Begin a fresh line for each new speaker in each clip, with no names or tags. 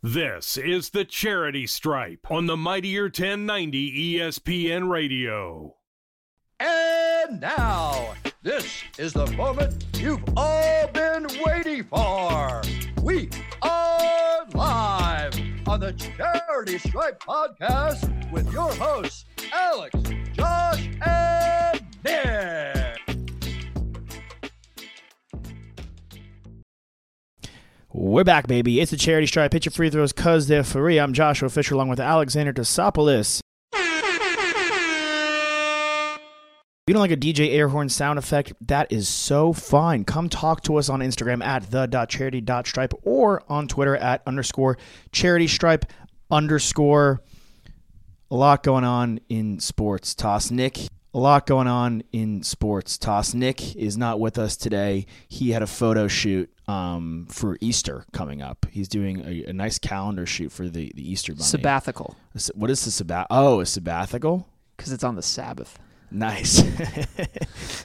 This is the Charity Stripe on the Mightier E 1090 ESPN Radio.
And now, this is the moment you've all been waiting for. We are live on the Charity Stripe podcast with your hosts, Alex, Josh, and Nick.
We're back, baby. It's the charity stripe. Pitch your free throws because they're free. I'm Joshua Fisher along with Alexander Tosopoulos. If you don't like a DJ air horn sound effect, that is so fine. Come talk to us on Instagram at the.charity.stripe or on Twitter at underscore charity stripe underscore. A lot going on in sports. Toss Nick. A lot going on in sports. Toss Nick is not with us today. He had a photo shoot um, for Easter coming up. He's doing a, a nice calendar shoot for the, the Easter bunny.
Sabbatical
A sa- What is the sabbat? Oh, a sabbatical.
because it's on the Sabbath.
Nice.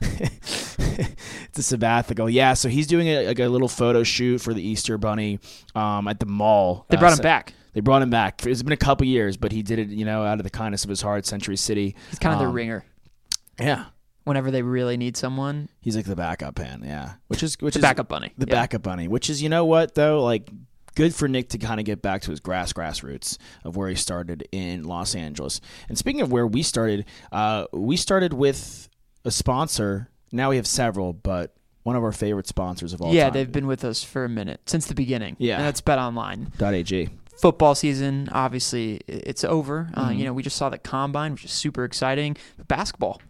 it's a sabbatical. Yeah, so he's doing a, like a little photo shoot for the Easter Bunny um, at the mall.
They brought
Uh,
him
so-
back.
They brought him back. It's been a couple years, but he did it, you know, out of the kindness of his heart, Century City.
He's kind of the
Um,
ringer.
Yeah.
Whenever they really need someone,
He's like the backup man, yeah. Which is which
The
is
backup bunny,
The
yeah.
backup bunny, which is you know what though, like good for Nick to kind of get back to his grass grassroots of where he started in Los Angeles. And speaking of where we started, uh, we started with a sponsor. Now we have several, but one of our favorite sponsors of all
yeah,
time.
they've been with us for a minute since the beginning.
Yeah.
and that's Bet Online.
.ag.
Football season, obviously, i- it's over. Uh,
Mm-hmm.
you know, we just saw the combine, which is super exciting. But basketball,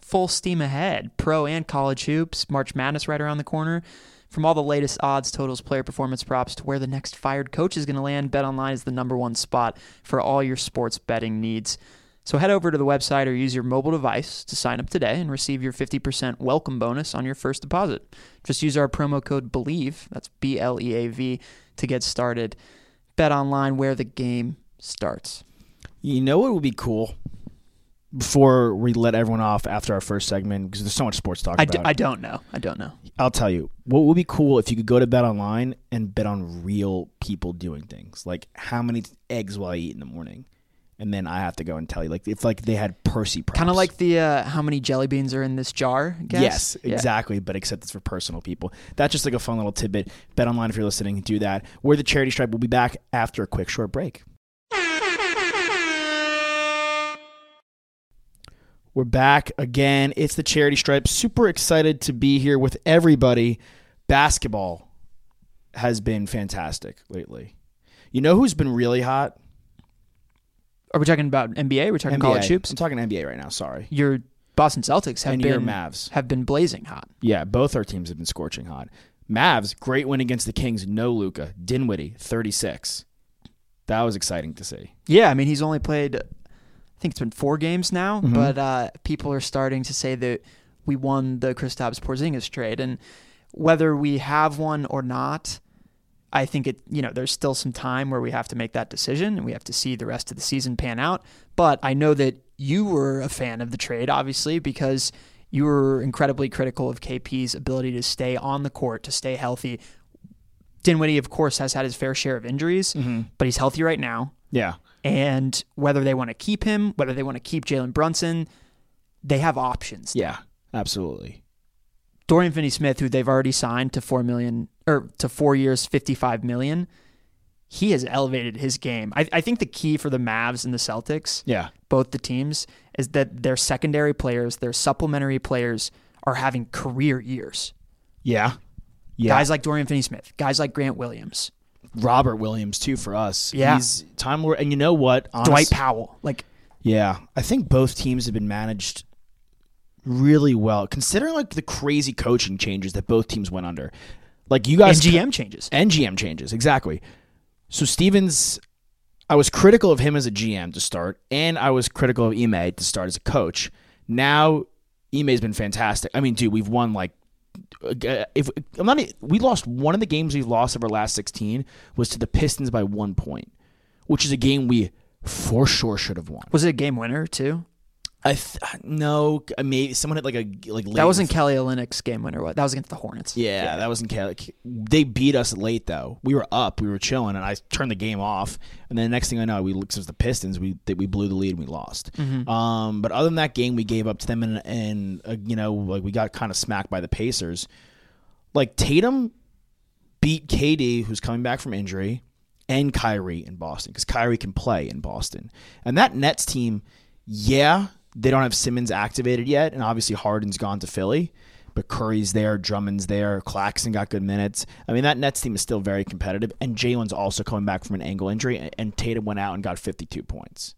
full steam ahead. Pro and college hoops. March Madness right around the corner. From all the latest odds, totals, player performance props to where the next fired coach is going to land, BetOnline is the number one spot for all your sports betting needs. So head over to the website or use your mobile device to sign up today and receive your 50% welcome bonus on your first deposit. Just use our promo code BELIEVE, that's B L E A V, to get started. Bet online where the game starts.
You know what would be cool before we let everyone off after our first segment because there's so much sports talk
I,
about.
d- I don't know. I don't know.
I'll tell you what would be cool if you could go to bet online and bet on real people doing things like how many eggs will I eat in the morning, and then I have to go and tell you like if like they had Percy props.
Kind of like the uh, how many jelly beans are in this jar. Guess?
yes,
Yeah.
exactly, but except it's for personal people. That's just like a fun little tidbit. Bet online if you're listening, do that. We're the Charity Stripe. We'll be back after a quick short break. We're back again. It's the Charity Stripe. Super excited to be here with everybody. Basketball has been fantastic lately. You know who's been really hot?
Are we talking about NBA? We're talking
NBA.
college hoops.
I'm talking NBA right now. Sorry.
Your Boston Celtics have
And
been
your Mavs.
have been blazing hot.
Yeah, both our teams have been scorching hot. Mavs, great win against the Kings. No Luca. Dinwiddie, 36. That was exciting to see.
Yeah, I mean he's only played. I think it's been four games now, but uh, people are starting to say that we won the Kristaps Porzingis trade, and whether we have one or not, I think it. You know, there's still some time where we have to make that decision, and we have to see the rest of the season pan out. But I know that you were a fan of the trade, obviously, because you were incredibly critical of KP's ability to stay on the court, to stay healthy. Dinwiddie, of course, has had his fair share of injuries, but he's healthy right now
Yeah.
and whether they want to keep him, whether they want to keep Jalen Brunson, they have options.
Yeah, absolutely.
Dorian Finney Smith, who they've already signed to four million or to four years, 55 million. He has elevated his game. I, I think the key for the Mavs and the Celtics,
Yeah.
both the teams, is that their secondary players, their supplementary players, are having career years.
Yeah. Yeah.
Guys like Dorian Finney-Smith, guys like Grant Williams,
Robert Williams too for us.
Yeah.
He's time lord and you know what? Honest-
Dwight Powell, like
Yeah. I think both teams have been managed really well considering like the crazy coaching changes that both teams went under. Like you
and
guys
GM changes.
and GM changes, exactly. So Stevens I was critical of him as a GM to start and I was critical of Ime to start as a coach. Now Ime's been fantastic. I mean, dude, we've won like uh, if I'm not, we lost one of the games we lost of our last 16 was to the Pistons by one point, which is a game we for sure should have won.
Was it a game winner too?
I th- no, I maybe someone had like a like late
That wasn't Kelly Olynyk's game winner. What? That was against the Hornets.
yeah, that wasn't Kelly. They beat us late though. We were up, we were chilling, and I turned the game off. And then the next thing I know, we looked it was the Pistons. We that we blew the lead and we lost. Um, but other than that game, we gave up to them, and and uh, you know like we got kind of smacked by the Pacers. Like Tatum beat KD, who's coming back from injury, and Kyrie in Boston because Kyrie can play in Boston. And that Nets team, yeah, they don't have Simmons activated yet, and obviously Harden's gone to Philly, but Curry's there, Drummond's there, Claxton got good minutes. I mean, that Nets team is still very competitive, and Jalen's also coming back from an ankle injury, and- and Tatum went out and got 52 points.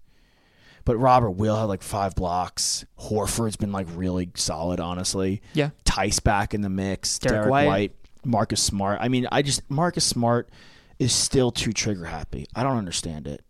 But Robert Will had like five blocks. Horford's been like really solid, honestly.
Yeah.
Tice back in the mix.
Derek
Derek,
White.
White. Marcus Smart. I mean, I just Marcus Smart is still too trigger happy. I don't understand it.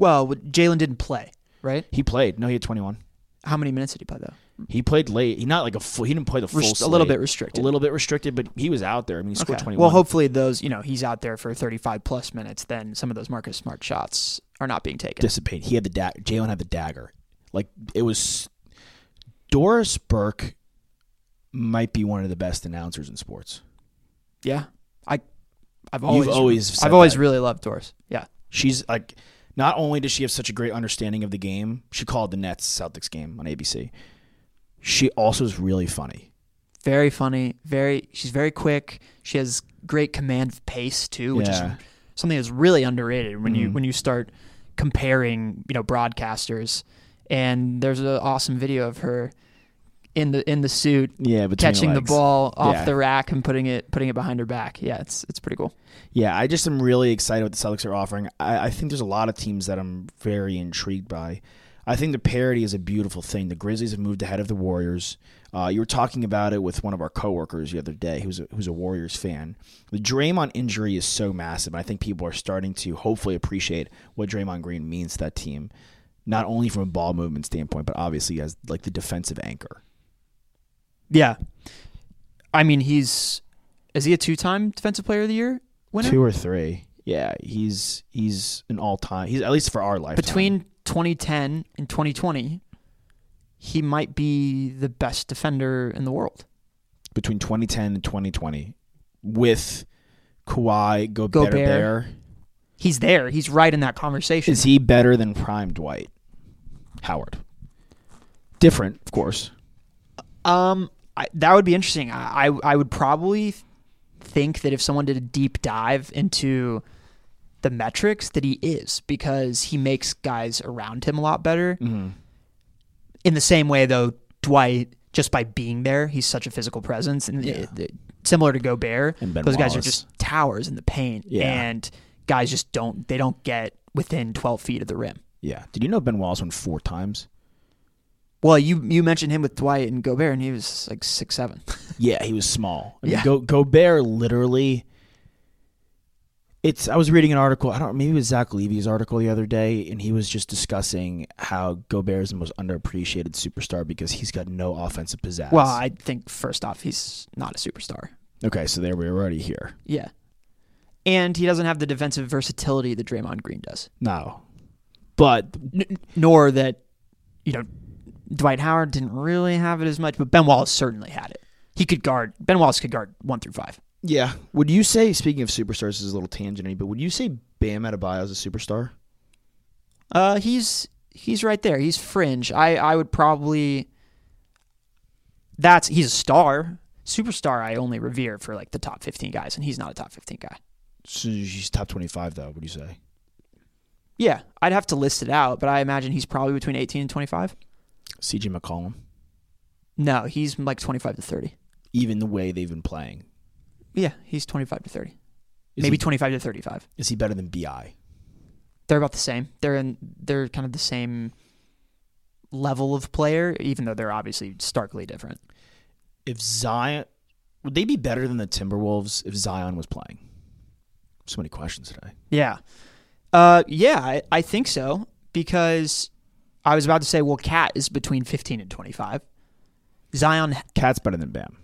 Well, Jalen didn't play, right?
He played. No, he had 21.
How many minutes did he play though?
He played late. He not like a full. He didn't play the full.
Rest- a
slate.
little bit restricted.
A little bit restricted, but he was out there. I mean, he scored
Okay.
21.
Well, hopefully those, you know, he's out there for 35 plus minutes. Then some of those Marcus Smart shots are not being taken.
dissipate. He had the da- Jalen had the dagger. Like it was. Doris Burke might be one of the best announcers in sports.
yeah, I, I've always,
always said
I've always
that.
really loved Doris. Yeah,
She's like, not only does she have such a great understanding of the game, she called the Nets Celtics game on ABC. She also is really funny.
very funny. Very, she's very quick. She has great command of pace too, which
Yeah. Mm-hmm.
is something that's really underrated when you when you start comparing, you know, broadcasters. And there's an awesome video of her in the in the suit.
Yeah, between
Catching the
legs.
ball off
Yeah.
the rack and putting it putting it behind her back. Yeah, it's it's pretty cool.
Yeah, I just am really excited what the Celtics are offering. I, I think there's a lot of teams that I'm very intrigued by. I think the parity is a beautiful thing. The Grizzlies have moved ahead of the Warriors. Uh, you were talking about it with one of our coworkers the other day, who's a, who's a Warriors fan. The Draymond injury is so massive, and I think people are starting to hopefully appreciate what Draymond Green means to that team, not only from a ball movement standpoint, but obviously as like the defensive anchor.
Yeah. I mean, he's is he a two-time defensive player of the year winner?
Two or three, yeah, he's he's an all time. He's at least for our lifetime.
Between 2010 and 2020, he might be the best defender in the world.
between 2010 and 2020 with Kawhi Go
Gobert.
Better Bear.
He's there. He's right in that conversation.
Is he better than prime Dwight Howard? Different, of course.
Um, I, that would be interesting. I, I I would probably think that if someone did a deep dive into the metrics, that he is because he makes guys around him a lot better.
Mm-hmm.
In the same way, though, Dwight just by being there, he's such a physical presence, and it- it- similar to Gobert,
And Ben
those guys are
Wallace.
just towers in the paint,
Yeah.
and guys just don't they don't get within twelve feet of the rim.
Yeah. Did you know Ben Wallace won four times?
Well, you you mentioned him with Dwight and Gobert, and he was like six seven.
Yeah, he was small. I mean,
Yeah.
Go Gobert literally. It's. I was reading an article. I don't. Maybe it was Zach Levy's article the other day, and he was just discussing how Gobert is the most underappreciated superstar because he's got no offensive pizzazz.
Well, I think first off, he's not a superstar.
okay, so there we're already here.
Yeah. And he doesn't have the defensive versatility that Draymond Green does,
No, but
N- nor that, you know, Dwight Howard didn't really have it as much, but Ben Wallace certainly had it. He could guard, Ben Wallace could guard one through five.
Yeah. Would you say, speaking of superstars, this is a little tangenty, but would you say Bam Adebayo is a superstar?
Uh, he's, he's right there. He's fringe. I, I would probably, that's, he's a star. Superstar, I only revere for like the top 15 guys, and he's not a top 15 guy.
So he's top 25, though. What do you say?
Yeah, I'd have to list it out, but I imagine he's probably between 18 and 25.
CJ McCollum.
No, he's like 25 to 30.
Even the way they've been playing.
Yeah, he's 25 to 30.
Is
Maybe
he,
25 to 35.
Is he better than Bi?
They're about the same. They're in they're kind of the same level of player, even though they're obviously starkly different.
If Zion, would they be better than the Timberwolves if Zion was playing? So many questions today.
Yeah. Uh, yeah, I, I think so because I was about to say, well, Cat is between 15 and 25. Zion,
Cat's better than Bam.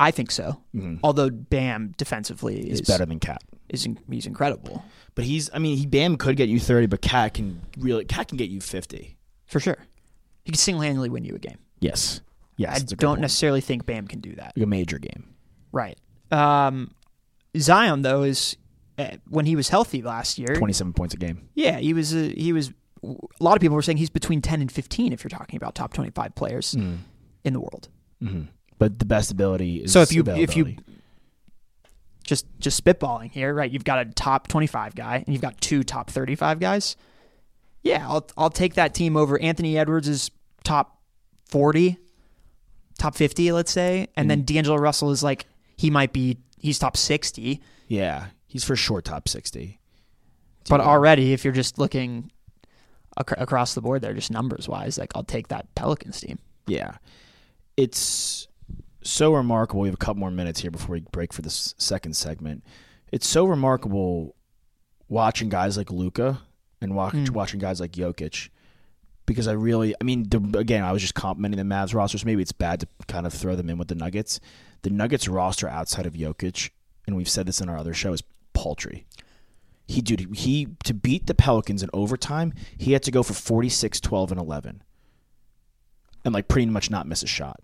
I think so. Although Bam defensively
Mm-hmm. He's
is
better than Cat.
Is in, he's incredible
But he's, I mean, he Bam could get you 30, but Cat can really, Cat can get you 50.
for sure. He can single handedly win you a game.
Yes. Yes.
I
that's a good
don't
point.
necessarily think Bam can do that.
Like a major game.
Right. Um, Zion though is uh, when he was healthy last year.
27 points a game.
Yeah, he was. A, he was. A lot of people were saying he's between ten and fifteen. If you're talking about top twenty-five players in the world,
But the best ability is
so if you if you
availability.
just just spitballing here, right? You've got a top twenty-five guy and you've got two top thirty-five guys. Yeah, I'll I'll take that team over Anthony Edwards is top forty, top fifty, let's say, and then D'Angelo Russell is like he might be he's top sixty.
Yeah. He's for sure top 60.
But already, if you're just looking ac- across the board, there, just numbers wise, like I'll take that Pelicans team.
Yeah. It's so remarkable. We have a couple more minutes here before we break for this second segment. It's so remarkable watching guys like Luca and watch, watching guys like Jokic because I really, I mean, the, again, I was just complimenting the Mavs rosters. Maybe it's bad to kind of throw them in with the Nuggets. The Nuggets roster outside of Jokic, and we've said this in our other show, is paltry. He, dude, he to beat the Pelicans in overtime, he had to go for 46, 12, and 11 and like pretty much not miss a shot.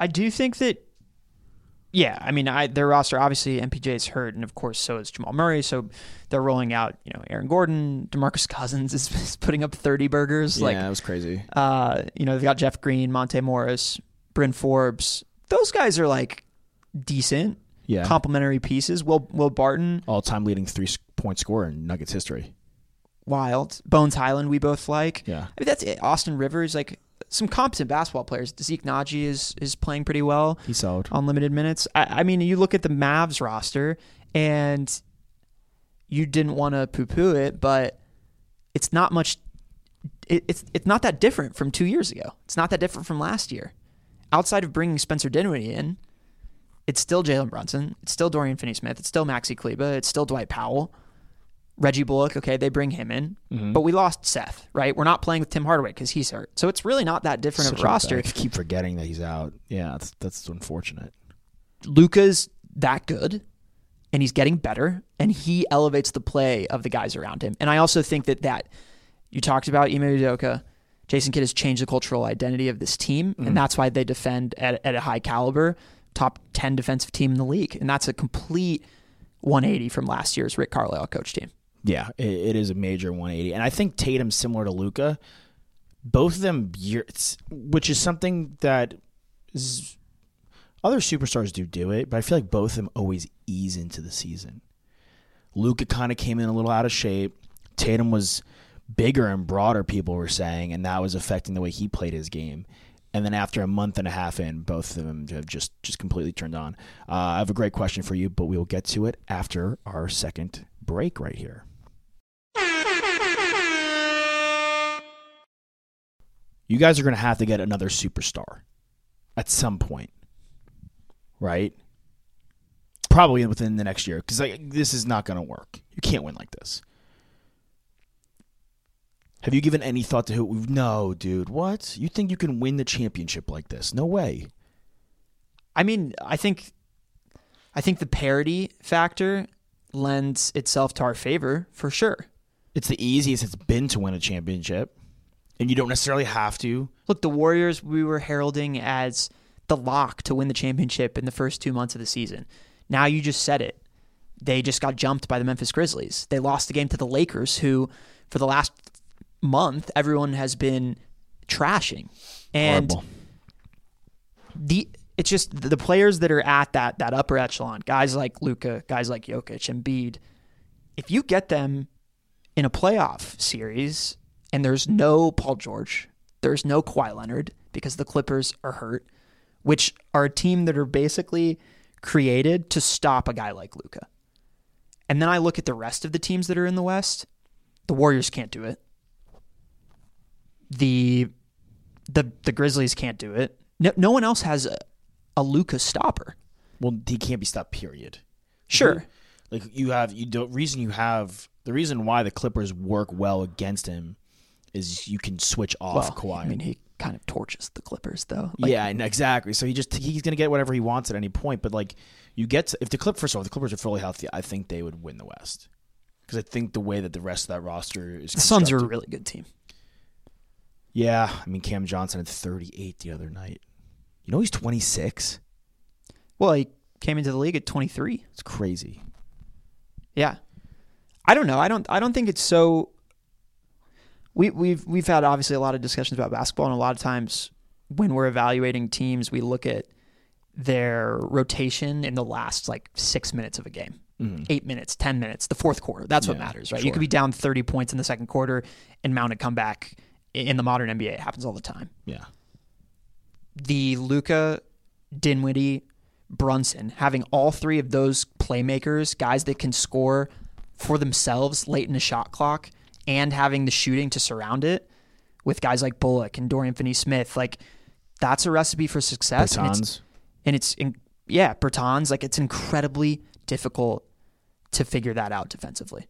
I do think that, yeah, I mean, I their roster obviously MPJ is hurt, and of course, so is Jamal Murray. So they're rolling out, you know, Aaron Gordon, Demarcus Cousins is, is putting up thirty burgers. Like,
was crazy.
uh, you know, they've got Jeff Green, Monte Morris, Bryn Forbes. Those guys are like decent,
Yeah.
complementary pieces. Will Will Barton,
All time leading three s- point scorer in Nuggets history.
wild. Bones Highland, we both like.
Yeah.
I mean, that's it. Austin Rivers, like some competent basketball players. Zeke Naji is is playing pretty well
He's solid.
on limited minutes. I, I mean, you look at the Mavs roster, and you didn't want to poo poo it, but it's not much. It, it's it's not that different from two years ago. It's not that different from last year. Outside of bringing Spencer Dinwiddie in, it's still Jalen Brunson. It's still Dorian Finney-Smith. It's still Maxi Kleba. It's still Dwight Powell. Reggie Bullock, okay, they bring him in,
Mm-hmm.
but we lost Seth, right? We're not playing with Tim Hardaway because he's hurt, so it's really not that different
Such
of
a
a roster.
I keep forgetting that he's out. Yeah, that's that's unfortunate.
Luca's that good and he's getting better and he elevates the play of the guys around him. And I also think that that you talked about Ime Udoka, Jason Kidd has changed the cultural identity of this team and that's why they defend at, at a high caliber, top 10 defensive team in the league. And that's a complete 180 from last year's Rick Carlisle coach team.
Yeah, it, it is a major 180, and I think Tatum's similar to Luca. Both of them, year- it's- which is something that is, other superstars do do it, but I feel like both of them always ease into the season. Luca kind of came in a little out of shape. Tatum was bigger and broader, people were saying, and that was affecting the way he played his game. And then after a month and a half in, both of them have just just completely turned on. Uh, I have a great question for you, but we will get to it after our second break right here. You guys are going to have to get another superstar at some point, right? Probably within the next year, because like this is not going to work. You can't win like this. Have you given any thought to who? No, dude. What? You think you can win the championship like this? No way.
I mean, I think I think the parity factor lends itself to our favor for sure.
It's the easiest it's been to win a championship, and you don't necessarily have to.
Look, the Warriors we were heralding as the lock to win the championship in the first two months of the season. Now you just said it. They just got jumped by the Memphis Grizzlies. They lost the game to the Lakers, who for the last month everyone has been trashing. And
Horrible.
the it's just the players that are at that that upper echelon, guys like Luca, guys like Jokic, Embiid. If you get them in a playoff series and there's no Paul George, there's no Kawhi Leonard because the Clippers are hurt, which are a team that are basically created to stop a guy like Luca. And then I look at the rest of the teams that are in the West. The Warriors can't do it. The the the Grizzlies can't do it. No, no one else has a, a Luca
Mhm.
stopper.
Well, he can't be stopped. Period.
Sure.
Like you have you don't reason you have the reason why the Clippers work well against him is you can switch off
well,
Oh, Kawhi.
I mean, he kind of torches the Clippers though.
yeah, and exactly. So he just he's gonna get whatever he wants at any point. But like you get to, if the clip first of all, if the Clippers are fully healthy. I think they would win the West because I think the way that the rest of that roster is.
The Suns are a
constructed-
really good team.
Yeah, I mean Cam Johnson had 38 the other night. You know he's 26.
Well, he came into the league at 23.
It's crazy.
Yeah. I don't know. I don't I don't think it's so we we've we've had obviously a lot of discussions about basketball and a lot of times when we're evaluating teams, we look at their rotation in the last like 6 minutes of a game. 8 minutes, 10 minutes, the fourth quarter. That's what matters, right? You could be down 30 points in the second quarter and mount a comeback I- in the modern NBA. It happens all the time.
Yeah.
the Luca, Dinwiddie, Brunson, having all three of those playmakers, guys that can score for themselves late in the shot clock, and having the shooting to surround it with guys like Bullock and Dorian Finney-Smith, like that's a recipe for success. And it's,
Bertans.
and it's in, yeah, Bertans, like it's incredibly difficult to figure that out defensively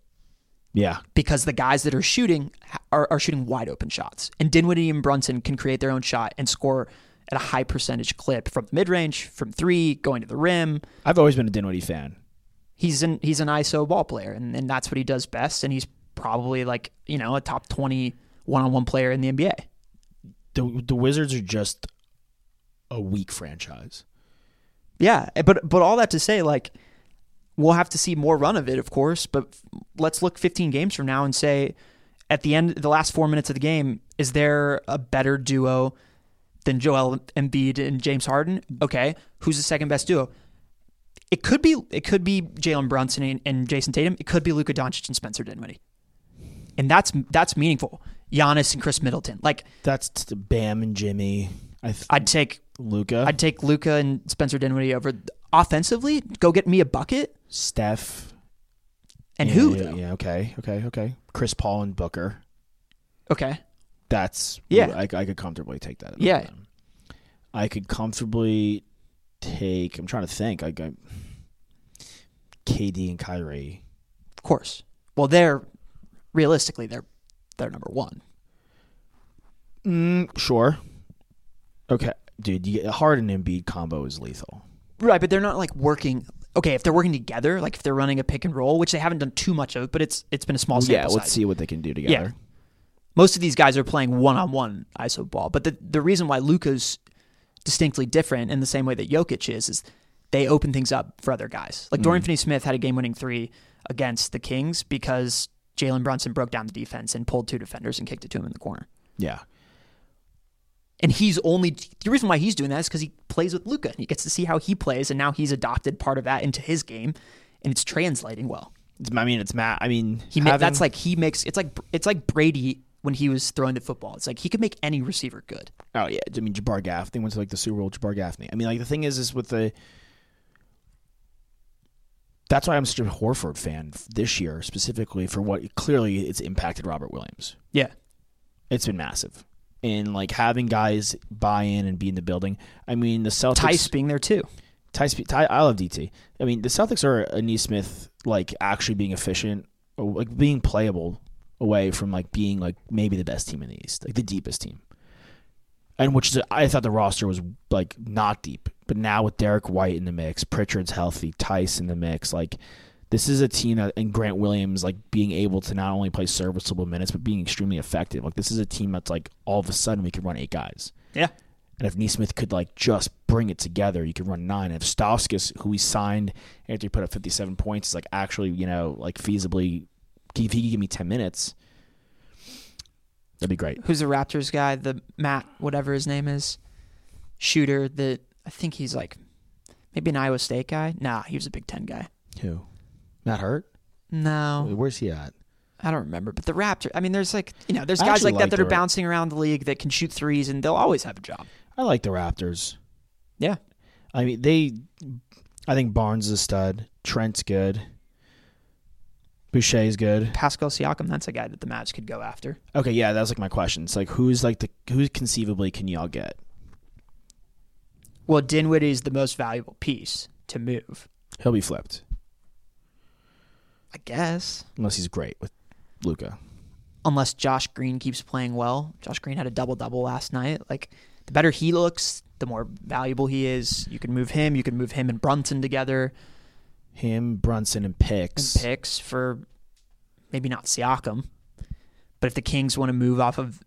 Yeah.
because the guys that are shooting are, are shooting wide open shots. And Dinwiddie and Brunson can create their own shot and score at a high percentage clip from the mid range, from three, going to the rim.
I've always been a Dinwiddie fan.
He's an he's an ISO ball player, and, and that's what he does best. And he's probably like you know a top twenty one on one player in the NBA.
The the Wizards are just a weak franchise.
Yeah, eh, but but all that to say, like we'll have to see more run of it, of course. But f- let's look 15 games from now and say, at the end, the last four minutes of the game, is there a better duo than Joel Embiid and James Harden? Okay, who's the second best duo? It could be it could be Jalen Brunson and, and Jason Tatum. It could be Luka Doncic and Spencer Dinwiddie, and that's that's meaningful. Giannis and Chris Middleton. Like
That's t- Bam and Jimmy. I th-
I'd take
Luca.
I'd take Luka and Spencer Dinwiddie over offensively. Go get me a bucket.
Steph.
And who?
Yeah,
though?
yeah, okay, okay, okay. Chris Paul and Booker.
Okay.
That's
Yeah.
I, I could comfortably take that.
Yeah.
Um, I could comfortably take. I'm trying to think. I got KD and Kyrie.
Of course. Well, they're realistically they're they're number one.
Mm, sure. Okay, dude. You, Harden and Embiid combo is lethal.
Right, but they're not like working. Okay, if they're working together, like if they're running a pick and roll, which they haven't done too much of, but it's it's been a small sample
yeah.
size.
Let's see what they can do together.
most of these guys are playing one on one ISO ball. But the, the reason why Luca's distinctly different in the same way that Jokic is, is they open things up for other guys. Like Dorian Finney Smith had a game winning three against the Kings because Jalen Brunson broke down the defense and pulled two defenders and kicked it to him in the corner.
Yeah.
And he's only the reason why he's doing that is because he plays with Luca and he gets to see how he plays, and now he's adopted part of that into his game, and it's translating well.
It's, I mean, it's Matt. I mean,
He ma-
having-
that's like he makes it's like it's like Brady when he was throwing the football. It's like he could make any receiver good.
Oh yeah, I mean Jabbar Gaffney went to like the Super Bowl. Jabbar Gaffney. I mean, like the thing is, is with the. That's why I'm such a Horford fan f- this year, specifically for what clearly it's impacted Robert Williams.
Yeah,
It's been massive, and like having guys buy in and be in the building. I mean, the Celtics.
Tice being there too.
Ty, Spe- Ty, I love DT. I mean, the Celtics are a Neesmith like actually being efficient, or, like being playable away from like being like maybe the best team in the East, like the deepest team. And which is, I thought the roster was like not deep, but now with Derek White in the mix, Pritchard's healthy, Tice in the mix, like this is a team that, and Grant Williams like being able to not only play serviceable minutes but being extremely effective. Like this is a team that's like all of a sudden we could run eight guys.
Yeah,
And if Neesmith could like just bring it together, you could run nine. And if Stauskas, who he signed after he put up fifty seven points, is like actually, you know, like feasibly if he could give me ten minutes, that'd be great.
who's the Raptors guy? The Matt, whatever his name is, shooter that I think he's like maybe an Iowa State guy. Nah, he was a Big Ten guy.
Who? Matt Hurt?
No,
Where's he at?
I don't remember. But the Raptor. I mean, there's like you know, there's
I
guys
actually
like that
liked
that are
the Ra-
bouncing around the league that can shoot threes and they'll always have a job.
I like the Raptors.
Yeah,
I mean, they. I think Barnes is a stud. Trent's good. Boucher's good.
Pascal Siakam. That's a guy that the Mavs could go after.
Okay, yeah, that was like my question. It's like who's like the who conceivably can y'all get?
Well, Dinwiddie's the most valuable piece to move,
He'll be flipped
I guess.
unless he's great with Luca.
Unless Josh Green keeps playing well. Josh Green had a double double last night. Like the better he looks, the more valuable he is. You can move him. You can move him and Brunson together.
Him, Brunson, and
and
Picks.
picks for maybe not Siakam, but if the Kings want to move off of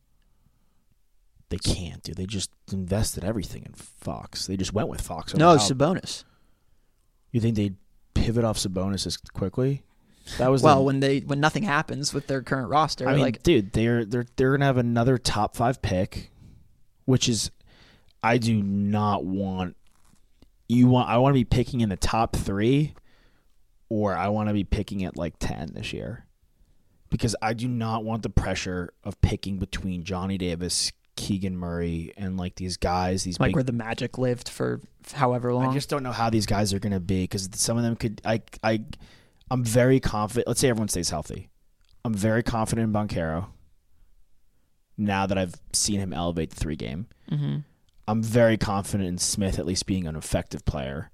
They can't, dude. They just invested everything in Fox. They just went with Fox.
no
Wow.
Sabonis.
you think they'd pivot off Sabonis as quickly? That was
Well,
the-
when they when nothing happens with their current roster,
I mean,
like
dude, they're they're they're gonna have another top five pick, which is I do not want. You want I want to be picking in the top three, or I want to be picking at like ten this year, because I do not want the pressure of picking between Johnny Davis, Keegan Murray, and like these guys. These
like
big,
where the Magic lived for however long.
I just don't know how these guys are going to be because some of them could. I I I'm very confident. Let's say everyone stays healthy. I'm very confident in Boncaro. Now that I've seen him elevate the three game, I'm very confident in Smith at least being an effective player.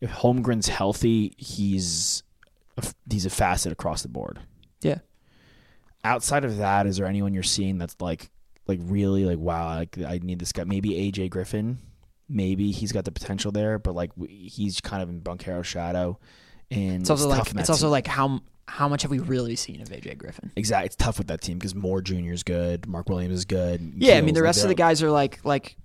If Holmgren's healthy, he's a f- he's a facet across the board.
yeah,
Outside of that, is there anyone you're seeing that's like like really like wow like I need this guy? Maybe AJ Griffin maybe he's got the potential there, but like w- he's kind of in Bunkero's shadow. And
it's also
tough
like
in that
it's also
team.
like how how much have we really seen of AJ Griffin?
exactly it's tough with that team because Moore Jr. is good, Mark Williams is good.
Yeah, I
Keels,
mean the
like,
rest of
they're-
the guys are like like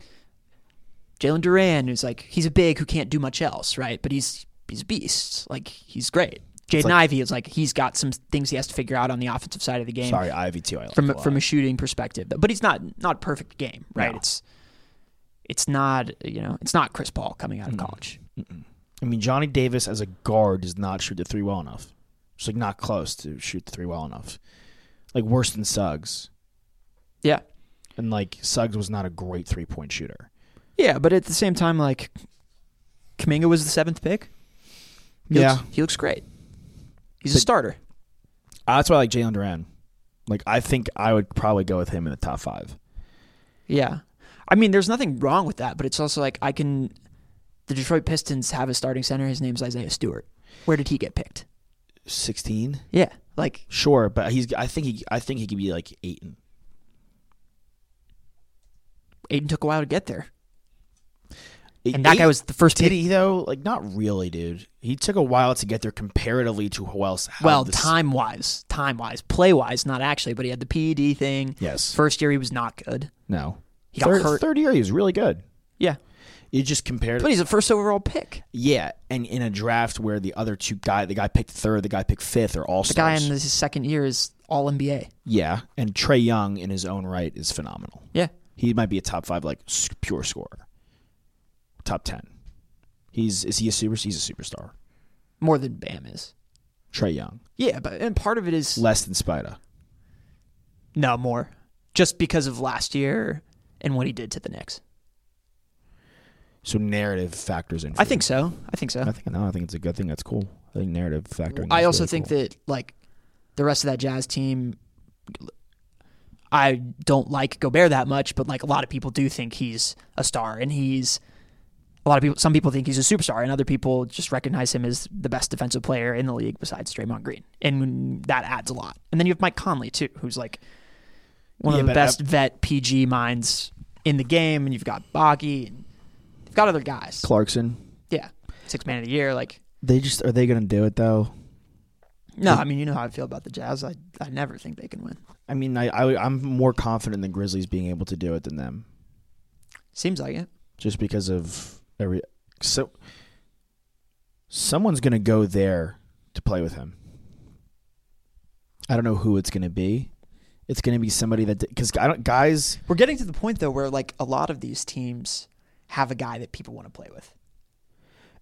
Jalen Duran, who's like he's a big who can't do much else, right? But he's he's a beast. Like he's great. Jaden
like-
Ivey is like he's got some things he has to figure out on the offensive side of the game
Sorry, Ivy too. I like
from
a
a, from a
lot.
shooting perspective, but he's not not a perfect game, right?
No.
It's it's not you know it's not Chris Paul coming out of college.
I mean Johnny Davis as a guard does not shoot the three well enough. It's like not close to shoot the three well enough. Like worse than Suggs,
Yeah,
and like Suggs was not a great three point shooter.
yeah, but at the same time, like Kaminga was the seventh pick. He looks, he looks great. He's a
But-
starter.
Uh, that's why I like Jalen Duran. Like I think I would probably go with him in the top five.
Yeah. I mean, there's nothing wrong with that, but it's also like I can. The Detroit Pistons have a starting center. His name's Isaiah Stewart. Where did he get picked?
Sixteen.
Yeah. Like,
Sure, but he's. I think he. I think he could be like Aiton.
Aiden took a while to get there.
It-
And that guy
Aiton-
was the first
Did
pick.
he though? Like not really, dude. He took a while to get there comparatively to who else. had
Well,
this-
time wise, time wise, play wise, not actually, but he had the PED thing.
Yes.
First year, he was not good.
No.
He got
third,
hurt.
third year, he was really good.
Yeah.
You just compared.
But he's a first overall pick.
yeah, and in a draft where the other two guy, the guy picked third, the guy picked fifth, are all
The guy in his second year is all NBA.
yeah, and Trey Young in his own right is phenomenal.
Yeah.
He might be a top five, like s- pure scorer, top ten. He's is he a super? He's a superstar.
More than Bam is.
Trey Young,
Yeah, but and part of it is
less than Spida.
no more, just because of last year and what he did to the Knicks.
So narrative factors in. for
I
you.
think so. I think so.
I think no. I think it's a good thing. That's cool. I think narrative factor.
I also think that like the rest of that Jazz team, I don't like Gobert that much, but like a lot of people do think he's a star, and he's a lot of people. Some people think he's a superstar, and other people just recognize him as the best defensive player in the league besides Draymond Green, and that adds a lot. And then you have Mike Conley too, who's like one
Yeah,
of the
but
best
I-
vet PG minds in the game, and you've got Boggy, and you've got other guys.
Clarkson.
Yeah, six man of the year, like.
They just are they going to do it though?
No, I mean you know how I feel about the Jazz. I I never think they can win.
I mean, I, I I'm more confident in the Grizzlies being able to do it than them,
Seems like it.
just because of every so. Someone's going to go there to play with him. I don't know who it's going to be. It's going to be somebody that because I don't guys.
We're getting to the point though where like a lot of these teams
have a guy that people want to play with.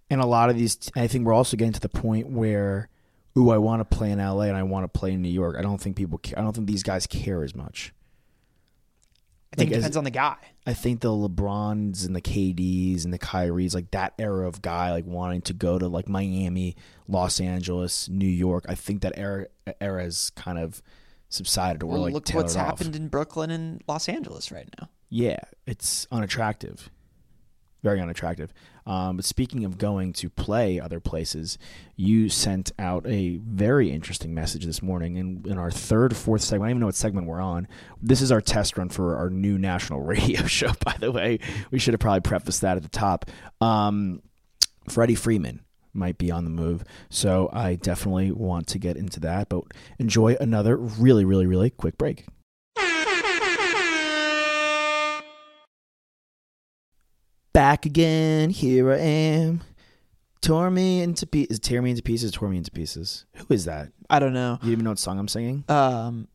And a lot of these, I think we're also getting to the point where, ooh, I want to play in LA and I want to play in New York. I don't think people, ca- I don't think these guys care as much.
I think
Like,
it
as-
depends on the guy.
I think the LeBrons and the KDs and the Kyries, like that era of guy, like wanting to go to like Miami, Los Angeles, New York. I think that era e-, era has kind of subsided or
Well,
like
look
tailored
what's
off.
happened in Brooklyn and Los Angeles right now.
Yeah, it's unattractive. Very unattractive. Um, but speaking of going to play other places, you sent out a very interesting message this morning in, in our third, fourth segment. I don't even know what segment we're on. This is our test run for our new national radio show, by the way. We should have probably prefaced that at the top. Um, Freddie Freeman might be on the move. So I definitely want to get into that. But enjoy another really, really, really quick break. Back again, here I am. Tore me into pieces. Tear me into pieces. Tore me into pieces. Who is that?
I don't know.
You even know what song I'm singing?
Um,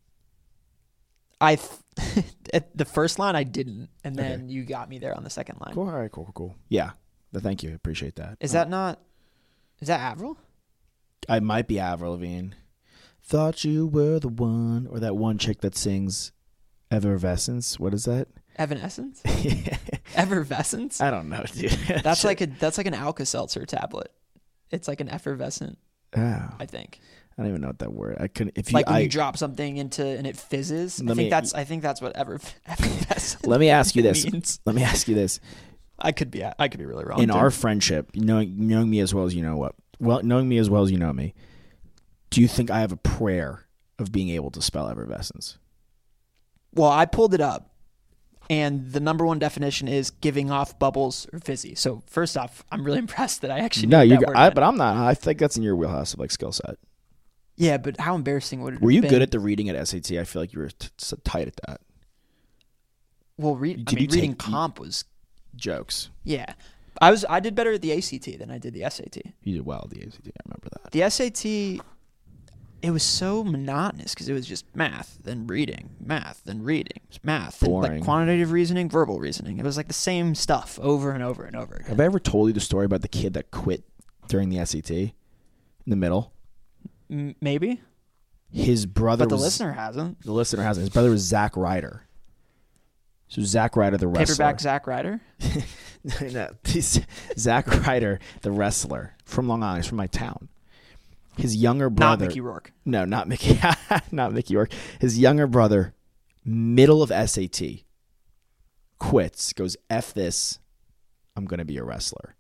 I th- at the first line I didn't, and then you got me there on the second line.
Cool. All right. Cool. Cool. Cool. Yeah. But thank you. Appreciate that. Um,
Is that not? Is that Avril?
I might be Avril Lavigne. Thought you were the one, or that one chick that sings "Evervescence." What is that?
Evanescence? Effervescence?
I don't know, dude.
That's like a that's like an Alka Seltzer tablet. It's like an effervescent,
Oh, I
I think.
don't even know what that word. I couldn't. If you,
Like when
I,
you drop something into and it fizzes. I
Let
think
me-
that's I think that's what ever effervescent.
let me ask you this.
means.
Let me ask you this.
I could be I could be really wrong.
in
too.
our friendship, knowing knowing me as well as you know what, well, knowing me as well as you know me, do you think I have a prayer of being able to spell effervescence?
Well, I pulled it up, and the number one definition is giving off bubbles or fizzy. So first off, I'm really impressed that I actually
No,
knew
you.
that word
I,
meant.
but I'm not. I think that's in your wheelhouse of like skill set.
yeah, but how embarrassing would it?
Were
have
you
been?
good at the reading at SAT? I feel like you were t- so tight at that.
Well, read.
Did
I mean,
you take-
reading comp was
Jokes.
yeah. I was I did better at the ACT than I did the SAT.
You did well at the SAT. I remember that.
The SAT, it was so monotonous because it was just math, then reading, math, then reading, math, then
Boring.
like quantitative reasoning, verbal reasoning. It was like the same stuff over and over and over again.
Have I ever told you the story about the kid that quit during the SAT in the middle?
M- maybe,
His brother.
but the
was,
listener hasn't.
The listener hasn't. His brother was Zach Ryder. So Zach Ryder, the wrestler.
Paperback Zach Ryder.
no, this- Zack Ryder, the wrestler from Long Island, he's from my town. His younger brother,
Not Mickey Rourke.
no, not Mickey, not Mickey York. His younger brother, middle of SAT, quits, goes f this, I'm gonna be a wrestler,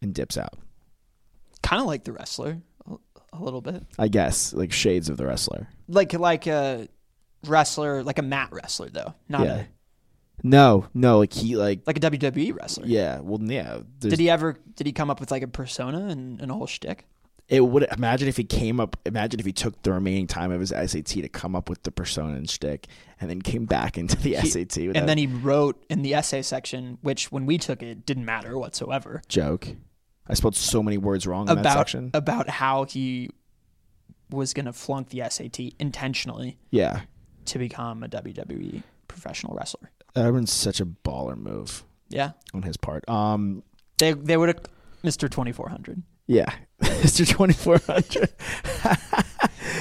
and dips out.
Kind of like the wrestler, a- a little bit.
I guess like shades of the wrestler.
Like like a wrestler, like a mat wrestler though, not
yeah.
a
No, no, like he like
like a WWE wrestler.
yeah. Well, yeah. there's-
Did he ever? Did he come up with like a persona and, and a whole shtick?
it would imagine if he came up. Imagine if he took the remaining time of his SAT to come up with the persona and shtick, and then came back into the
He-
SAT with
and
that
then he wrote in the essay section, which when we took it didn't matter whatsoever
joke. I spelled so many words wrong in that
about
section.
about how he was going to flunk the SAT intentionally
yeah,
to become a WWE professional wrestler.
that would been such a baller move
Yeah,
on his part. Um,
they they would have Mr. Twenty Four Hundred.
yeah, Mister Twenty Four Hundred.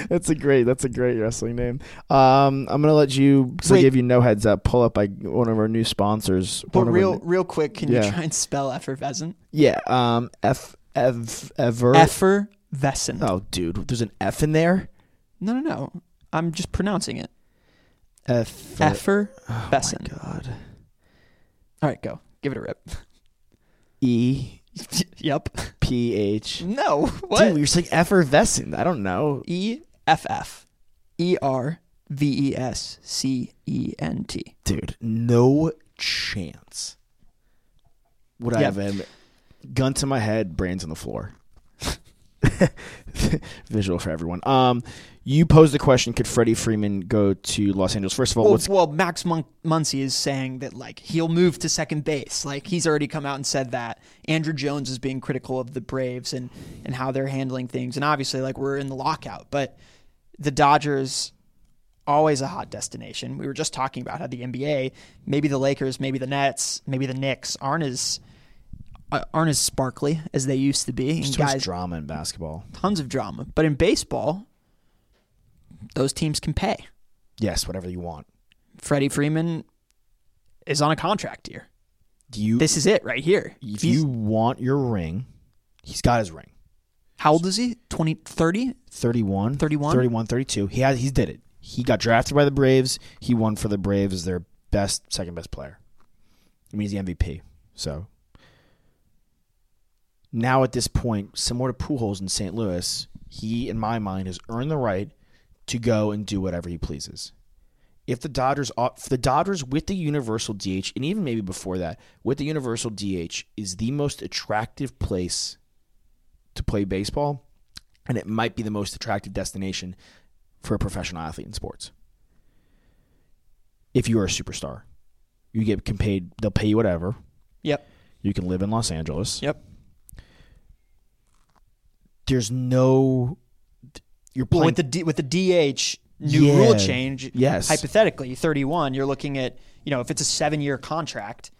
That's a great. That's a great wrestling name. Um, I'm gonna let you. 'cause I
Wait.
gave you no heads up. Pull up like one of our new sponsors.
But
one of our
real
new-
real quick, can
Yeah.
you try and spell effervescent?
yeah. Um, F ev ever.
Effervescent.
Oh, dude, there's an F in there.
No, no, no. I'm just pronouncing it.
F.
Effervescent.
Oh, God.
All right, go. Give it a rip.
E
yep.
P H.
No. What?
Dude, you're saying effervescent. I don't know.
E F F E R V E S C E N T.
Dude, no chance. Would I
Yeah.
have had gun to my head, brains on the floor. Visual for everyone. Um, you posed the question: Could Freddie Freeman go to Los Angeles? First of all,
Well,
what's
well, Max Mun- Muncy is saying that like he'll move to second base. Like he's already come out and said that. Andrew Jones is being critical of the Braves and and how they're handling things. And obviously, like we're in the lockout, but the Dodgers always a hot destination. We were just talking about how the NBA, maybe the Lakers, maybe the Nets, maybe the Knicks aren't as uh, aren't as sparkly as they used to be.
There's
And
too much
guys,
drama in basketball.
tons of drama. But in baseball, those teams can pay.
Yes, whatever you want.
Freddie Freeman is on a contract here.
Do you?
This is it right here.
if
He's-
you want your ring, he's got his ring.
how old is he? 20, 30?
31,
31?
31, 32. He has. He did it. He got drafted by the Braves. He won for the Braves. Their best, second best player. I mean, he's the MVP. So now at this point, similar to Pujols in St. Louis, he, in my mind, has earned the right to go and do whatever he pleases. If the Dodgers, op- if the Dodgers with the universal DH, and even maybe before that, with the universal DH, is the most attractive place to play baseball and it might be the most attractive destination for a professional athlete in sports. If you are a superstar, you get can paid. They'll pay you whatever.
Yep.
You can live in Los Angeles.
Yep.
There's no. You're
Well,
playing.
with the D, with the DH new
Yeah.
rule change,
Yes.
hypothetically, 31, you're looking at, you know, if it's a 7-year contract,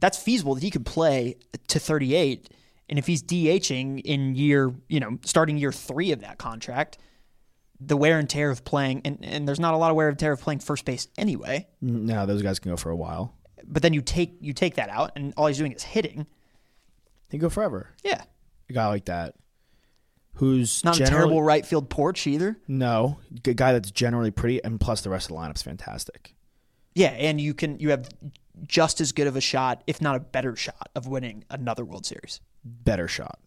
that's feasible that he could play to 38 and if he's DHing in year, you know, starting year 3 of that contract, the wear and tear of playing and, and there's not a lot of wear and tear of playing first base anyway,
no, those guys can go for a while.
but then you take you take that out and all he's doing is hitting.
They go forever.
Yeah.
A guy like that, who's
Not a
generally-
terrible right field porch either.
No, a guy that's generally pretty, and plus the rest of the lineup's fantastic.
Yeah, and you can you have just as good of a shot, if not a better shot, of winning another World Series,
Better shot.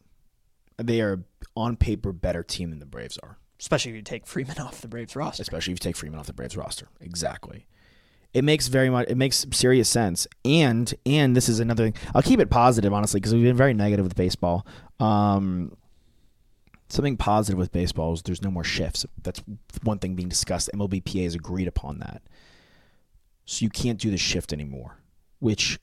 They are on paper better team than the Braves are.
especially if you take Freeman off the Braves roster.
especially if you take Freeman off the Braves roster. Exactly. It makes very much. It makes serious sense. And and this is another. thing. I'll keep it positive, honestly, because we've been very negative with baseball. Um, something positive with baseball is there's no more shifts. That's one thing being discussed. MLBPA has agreed upon that. So you can't do the shift anymore. Which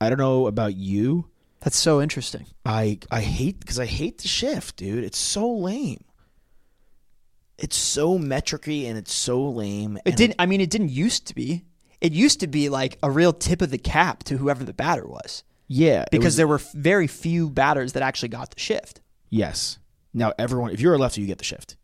I don't know about you.
That's so interesting.
I I hate because I hate the shift, dude. It's so lame. It's so metricy and it's so lame.
It
and
didn't. I mean, it didn't used to be. It used to be like a real tip of the cap to whoever the batter was,
yeah, it
because
was-
there were f- very few batters that actually got the shift.
yes. Now everyone, if you're a lefty, you get the shift.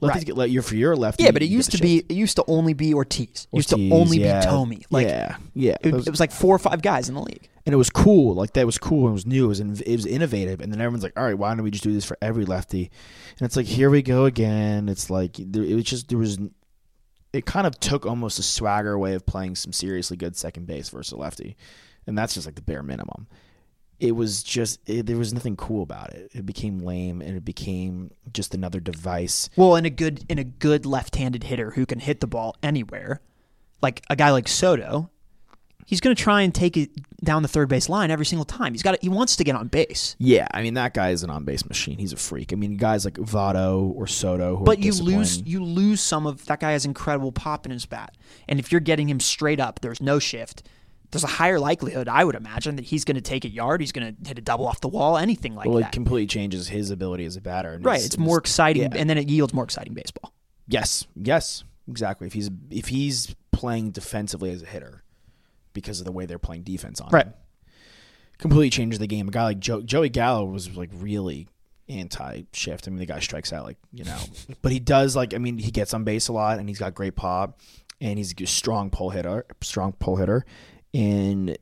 Lefties
Right.
get le- you're for your lefty.
Yeah, but it
you get
used
the
to be.
shift.
It used to only be Ortiz. It used
Ortiz,
to only
yeah.
be Tommy. Like
yeah, yeah,
It,
Those-
it was like four or five guys in the league.
and it was cool. Like that was cool. It was new. It was, in, it was innovative. And then everyone's like, "All right, why don't we just do this for every lefty?" And it's like, here we go again. It's like there, it was just there was. It kind of took almost a swagger away of playing some seriously good second base versus a lefty, and that's just like the bare minimum. It was just it, there was nothing cool about it. It became lame, and it became just another device.
Well, and a good and a good left-handed hitter who can hit the ball anywhere, like a guy like Soto, he's going to try and take it down the third base line every single time. He's got he wants to get on base,
Yeah, I mean that guy is an on base machine. He's a freak. I mean guys like Votto or Soto. Who are
but you lose
disciplined.
you lose some of that guy has incredible pop in his bat, and if you're getting him straight up, there's no shift. There's a higher likelihood, I would imagine, that he's going to take a yard. He's going to hit a double off the wall, anything like
Well, it
that.
completely changes his ability as a batter. and
right,
his-
it's
and
more
his-
exciting,
yeah.
and then it yields more exciting baseball.
Yes, yes, exactly. If he's if he's playing defensively as a hitter, because of the way they're playing defense on
Right.
him, completely changes the game. A guy like Joe, Joey Gallo was like really anti-shift. I mean, the guy strikes out like you know, but he does like I mean, he gets on base a lot and he's got great pop, and he's a strong pull hitter, strong pull hitter, and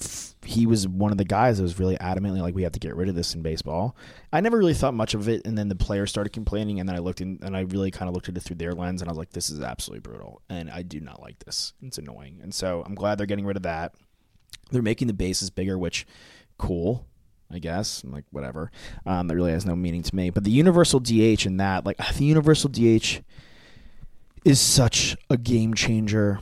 f- he was one of the guys that was really adamantly like we have to get rid of this in baseball. I never really thought much of it, and then the players started complaining, and then I looked in and I really kind of looked at it through their lens, and I was like, this is absolutely brutal, and I do not like this. It's annoying, and so I'm glad they're getting rid of that. They're making the bases bigger, which cool. I guess I'm like whatever. Um, that really has no meaning to me. But the universal DH and that, like the universal DH, is such a game changer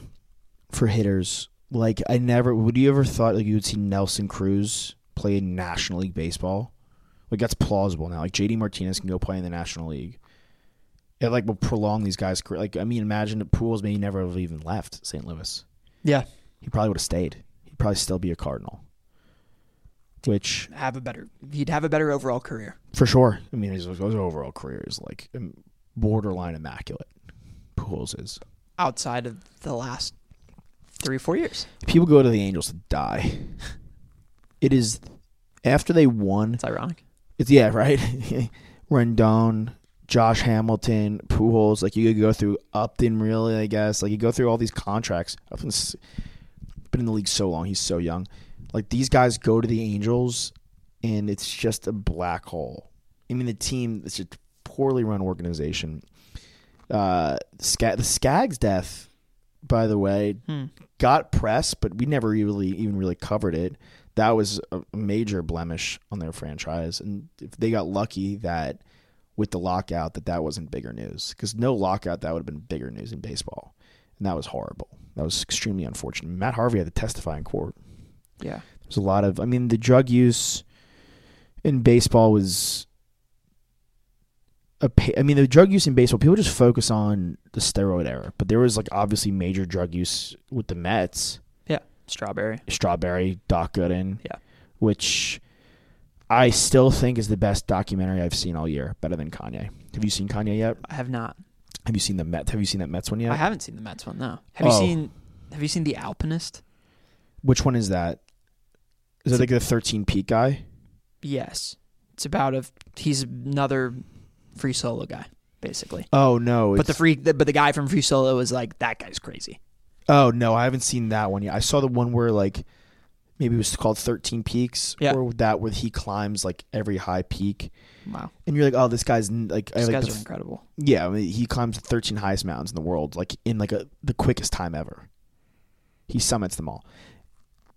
for hitters. Like I never would you ever thought like you would see Nelson Cruz play in National League baseball? Like that's plausible now. Like JD Martinez can go play in the National League. It like will prolong these guys' career. Like I mean, imagine if Pools maybe never would have even left St. Louis.
Yeah,
He probably would have stayed. He'd probably still be a Cardinal. Which
have a better he'd have a better overall career.
for sure. I mean, his, his overall career is like im- borderline immaculate. Pujols is.
outside of the last three or four years.
People go to the Angels to die. It is after they won.
It's ironic.
It's yeah, right. Rendon, Josh Hamilton, Pujols. Like you could go through Upton, really. I guess like you go through all these contracts. Upton's been in the league so long; he's so young. Like these guys go to the Angels, and it's just a black hole. I mean, the team it's a poorly run organization. Uh, Ska- the Skaggs death, by the way, got press, but we never really even really covered it. That was a major blemish on their franchise, and if they got lucky that with the lockout that that wasn't bigger news because no lockout that would have been bigger news in baseball, and that was horrible. That was extremely unfortunate. Matt Harvey had to testify in court.
Yeah.
There's a lot of, I mean, the drug use in baseball was a pa- I mean, the drug use in baseball, people just focus on the steroid era, but there was like obviously major drug use with the Mets,
Yeah. Strawberry.
Strawberry, Doc Gooden,
Yeah.
which I still think is the best documentary I've seen all year, better than Kanye. Have you seen Kanye yet?
I have not.
Have you seen the Met? Have you seen that Mets one yet?
I haven't seen the Mets one though. Have you
Oh.
seen Have you seen The Alpinist?
Which one is that? Is that like the 13 Peak guy?
Yes. It's about a he's another free solo guy basically.
Oh no!
But the
it's-
free but the guy from Free Solo is like that guy's crazy.
Oh no, I haven't seen that one yet. I saw the one where like maybe it was called Thirteen Peaks,
Yeah.
or that where he climbs like every high peak,
Wow.
and you're like, oh, this guy's n- like, I
These
like
guys
the
are
f-
incredible.
yeah, I mean, he climbs the thirteen highest mountains in the world, like in like a the quickest time ever. He summits them all,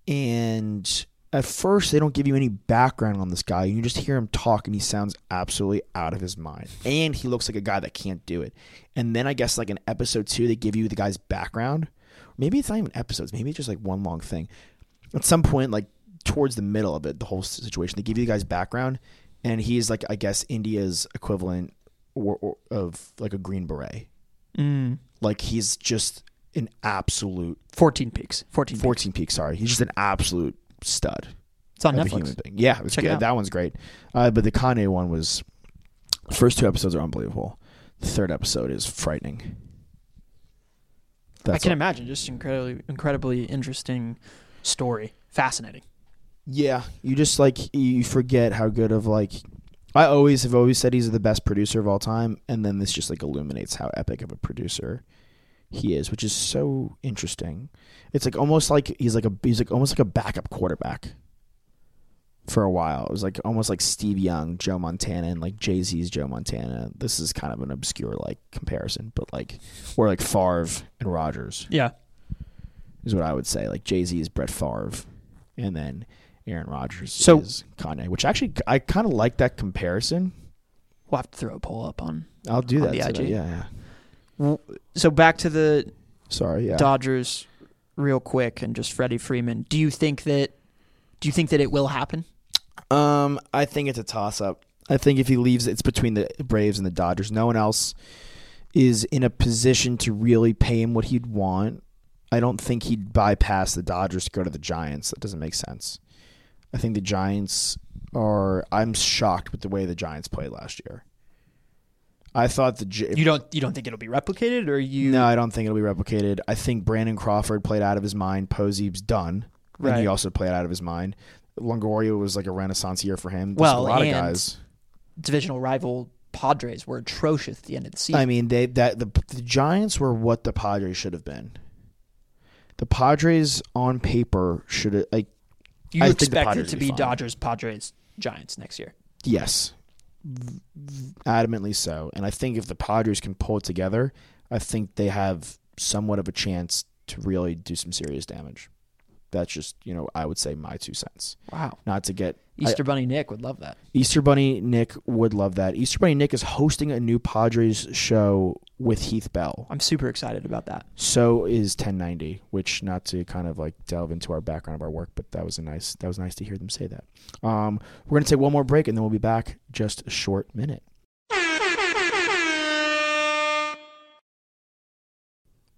and at first they don't give you any background on this guy. You just hear him talk, and he sounds absolutely out of his mind, and he looks like a guy that can't do it. And then I guess like in episode two, they give you the guy's background. Maybe it's not even episodes. Maybe it's just like one long thing. At some point, like towards the middle of it, the whole situation, they give you the guy's background, and he's like I guess India's equivalent or, or of like a green beret.
Mm.
Like he's just an absolute
14 Peaks. 14 Peaks.
14 peak. Sorry, he's just an absolute stud
It's on
of a human
Netflix.
being. Yeah, it was
Check it
good.
out.
that one's great. Uh, but the Kanye one was the first two episodes are unbelievable. The third episode is frightening.
I
That's
can
all-
imagine just incredibly incredibly interesting story. Fascinating.
Yeah, you just like you forget how good of like I always have always said he's the best producer of all time, and then this just like illuminates how epic of a producer he is, which is so interesting. It's like almost like he's like a he's like almost like a backup quarterback for a while. It was like almost like Steve Young, Joe Montana, and like Jay Z's Joe Montana. This is kind of an obscure like comparison, but like or like Favre and Rogers
Yeah.
is what I would say. Like Jay Z is Brett Favre, and then Aaron Rodgers
So-
is Kanye. Which actually, I kind of like that comparison.
We'll have to throw a poll up on.
I'll do
On
that.
the
today.
IG?
Yeah, yeah.
So back to the
Sorry. Yeah.
Dodgers real quick and just Freddie Freeman. Do you think that do you think that it will happen?
Um, I think it's a toss up. I think if he leaves, it's between the Braves and the Dodgers. No one else is in a position to really pay him what he'd want. I don't think he'd bypass the Dodgers to go to the Giants. That doesn't make sense. I think the Giants are. I'm shocked with the way the Giants played last year. I thought the Gi-
You don't you don't think it'll be replicated, or you
No, I don't think it'll be replicated. I think Brandon Crawford played out of his mind. Posey's done. And
Right.
he also played out of his mind. Longoria was like a renaissance year for him. There's
Well,
a lot
and
of guys.
Divisional rival Padres were atrocious at the end of the season.
I mean, they that the, the Giants were what the Padres should have been. The Padres on paper should have like
you
I think the
expect it
Padres
to
will
be
be fine.
Dodgers, Padres, Giants next year.
Yes. V- v- Adamantly so. And I think if the Padres can pull it together, I think they have somewhat of a chance to really do some serious damage. That's just, you know, I would say my two cents.
Wow.
Not to get I-
Easter Bunny Nick would love that.
Easter Bunny Nick would love that. Easter Bunny Nick is hosting a new Padres show with Heath Bell.
I'm super excited about that.
So is 1090, which not to kind of like delve into our background of our work, but that was a nice that was nice to hear them say that. Um, we're gonna take one more break and then we'll be back just a short minute.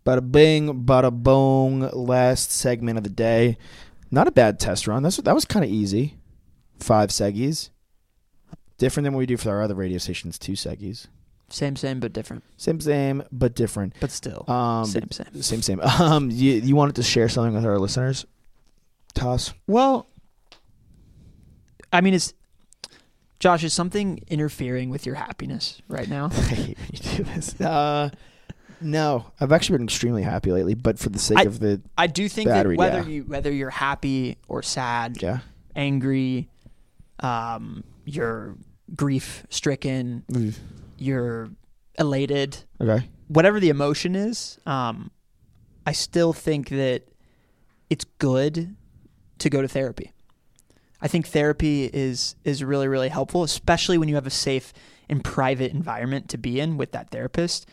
Bada bing, bada boom. Last segment of the day. Not a bad test run. That's that was kind of easy. Five seggies. Different than what we do for our other radio stations. Two seggies.
Same, same, but different.
Same, same, but different.
But still,
Um,
same, same.
Same, same. Um, you you wanted to share something with our listeners, Toss?
Well, I mean, is Josh is something interfering with your happiness right now?
I hate when you do this. Uh, no, I've actually been extremely happy lately, but for the sake
I-
of the
I do think
Battery,
that whether
yeah.
you whether you're happy or sad,
yeah,
angry, um, you're grief stricken, you're elated,
okay,
whatever the emotion is, um, I still think that it's good to go to therapy. I think therapy is is really really helpful, especially when you have a safe and private environment to be in with that therapist,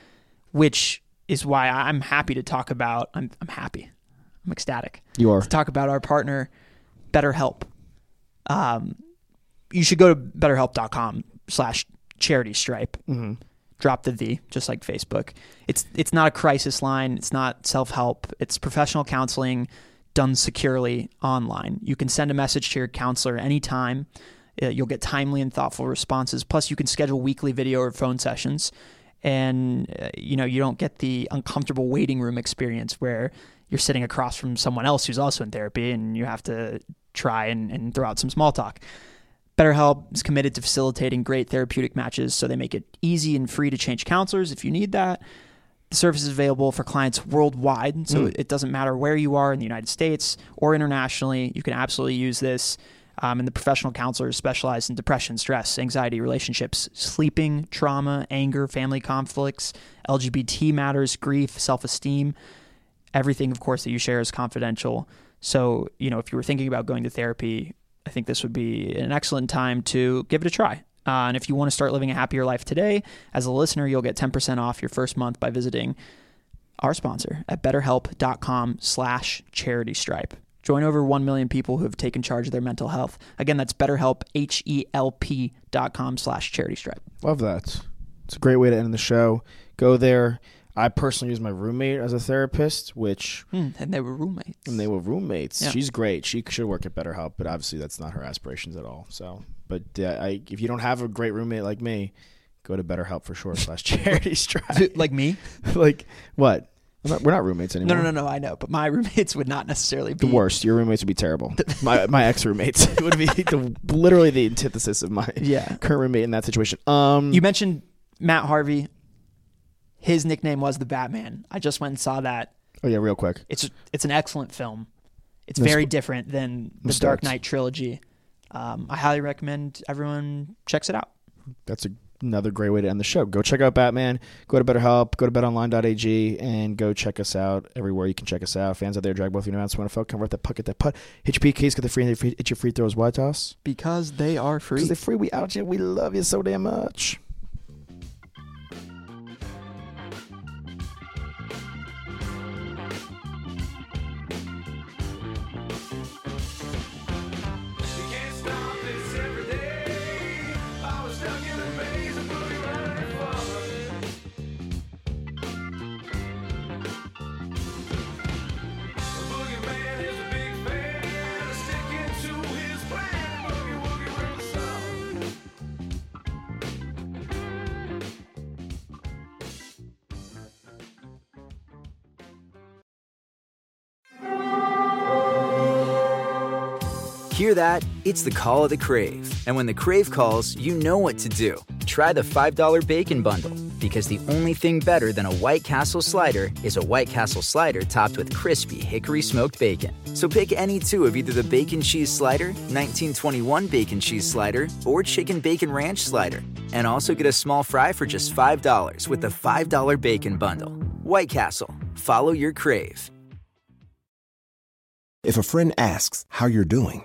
which is why I- I'm happy to talk about. I'm I'm happy, I'm ecstatic
you are
to talk about our partner, BetterHelp. Um, you should go to betterhelp.com slash charity stripe. Drop the V, just like Facebook. It's it's not a crisis line. It's not self help. It's professional counseling done securely online. You can send a message to your counselor anytime. Uh, You'll get timely and thoughtful responses. Plus, you can schedule weekly video or phone sessions and uh, you know you don't get the uncomfortable waiting room experience where you're sitting across from someone else who's also in therapy and you have to try and, and throw out some small talk BetterHelp is committed to facilitating great therapeutic matches, so they make it easy and free to change counselors if you need that. The service is available for clients worldwide, so it doesn't matter where you are in the United States or internationally. You can absolutely use this. Um, and the professional counselors specialize in depression, stress, anxiety, relationships, sleeping, trauma, anger, family conflicts, LGBT matters, grief, self esteem everything of course that you share is confidential so you know if you were thinking about going to therapy i think this would be an excellent time to give it a try uh, and if you want to start living a happier life today as a listener you'll get 10% off your first month by visiting our sponsor at betterhelp.com slash charity stripe join over 1 million people who have taken charge of their mental health again that's betterhelp h-e-l-p dot com slash charity stripe
love that. It's a great way to end the show. Go there. I personally use my roommate as a therapist, which
Hmm, and they were roommates
and they were roommates.
Yeah.
She's great. She should work at BetterHelp, but obviously that's not her aspirations at all. So, but uh, I, if you don't have a great roommate like me, go to BetterHelp for sure slash charity stripe.
like me
like what? I'm not- we're not roommates
no
anymore.
no no no i know but my roommates would not necessarily be
The worst. Your roommates would be terrible. my my ex roommates would be the, literally the antithesis of my
Yeah.
current roommate in that situation. Um,
You mentioned Matt Harvey. His nickname was the Batman. I just went and saw that.
oh yeah, real quick.
It's it's an excellent film. It's
That's-
very different than the
That's
Dark
nuts.
Knight trilogy. Um, I highly recommend everyone checks it out.
That's a, another great way to end the show. Go check out Batman. Go to BetterHelp. Go to BetOnline.ag and go check us out everywhere you can check us out. Fans out there, drag both your mounts. Want to fuck? Come up that puck, get that putt. Hit your PKs, get the free, hit your free throws. Why toss?
Because they are free.
Because they're free. We out you. We love you so damn much.
Hear that? It's the call of the crave. And when the crave calls, you know what to do. Try the $5 bacon bundle because the only thing better than a White Castle slider is a White Castle slider topped with crispy hickory smoked bacon. So pick any two of either the bacon cheese slider, 1921 bacon cheese slider, or chicken bacon ranch slider. And also get a small fry for just $5 with the $5 bacon bundle. White Castle, follow your crave.
If a friend asks how you're doing,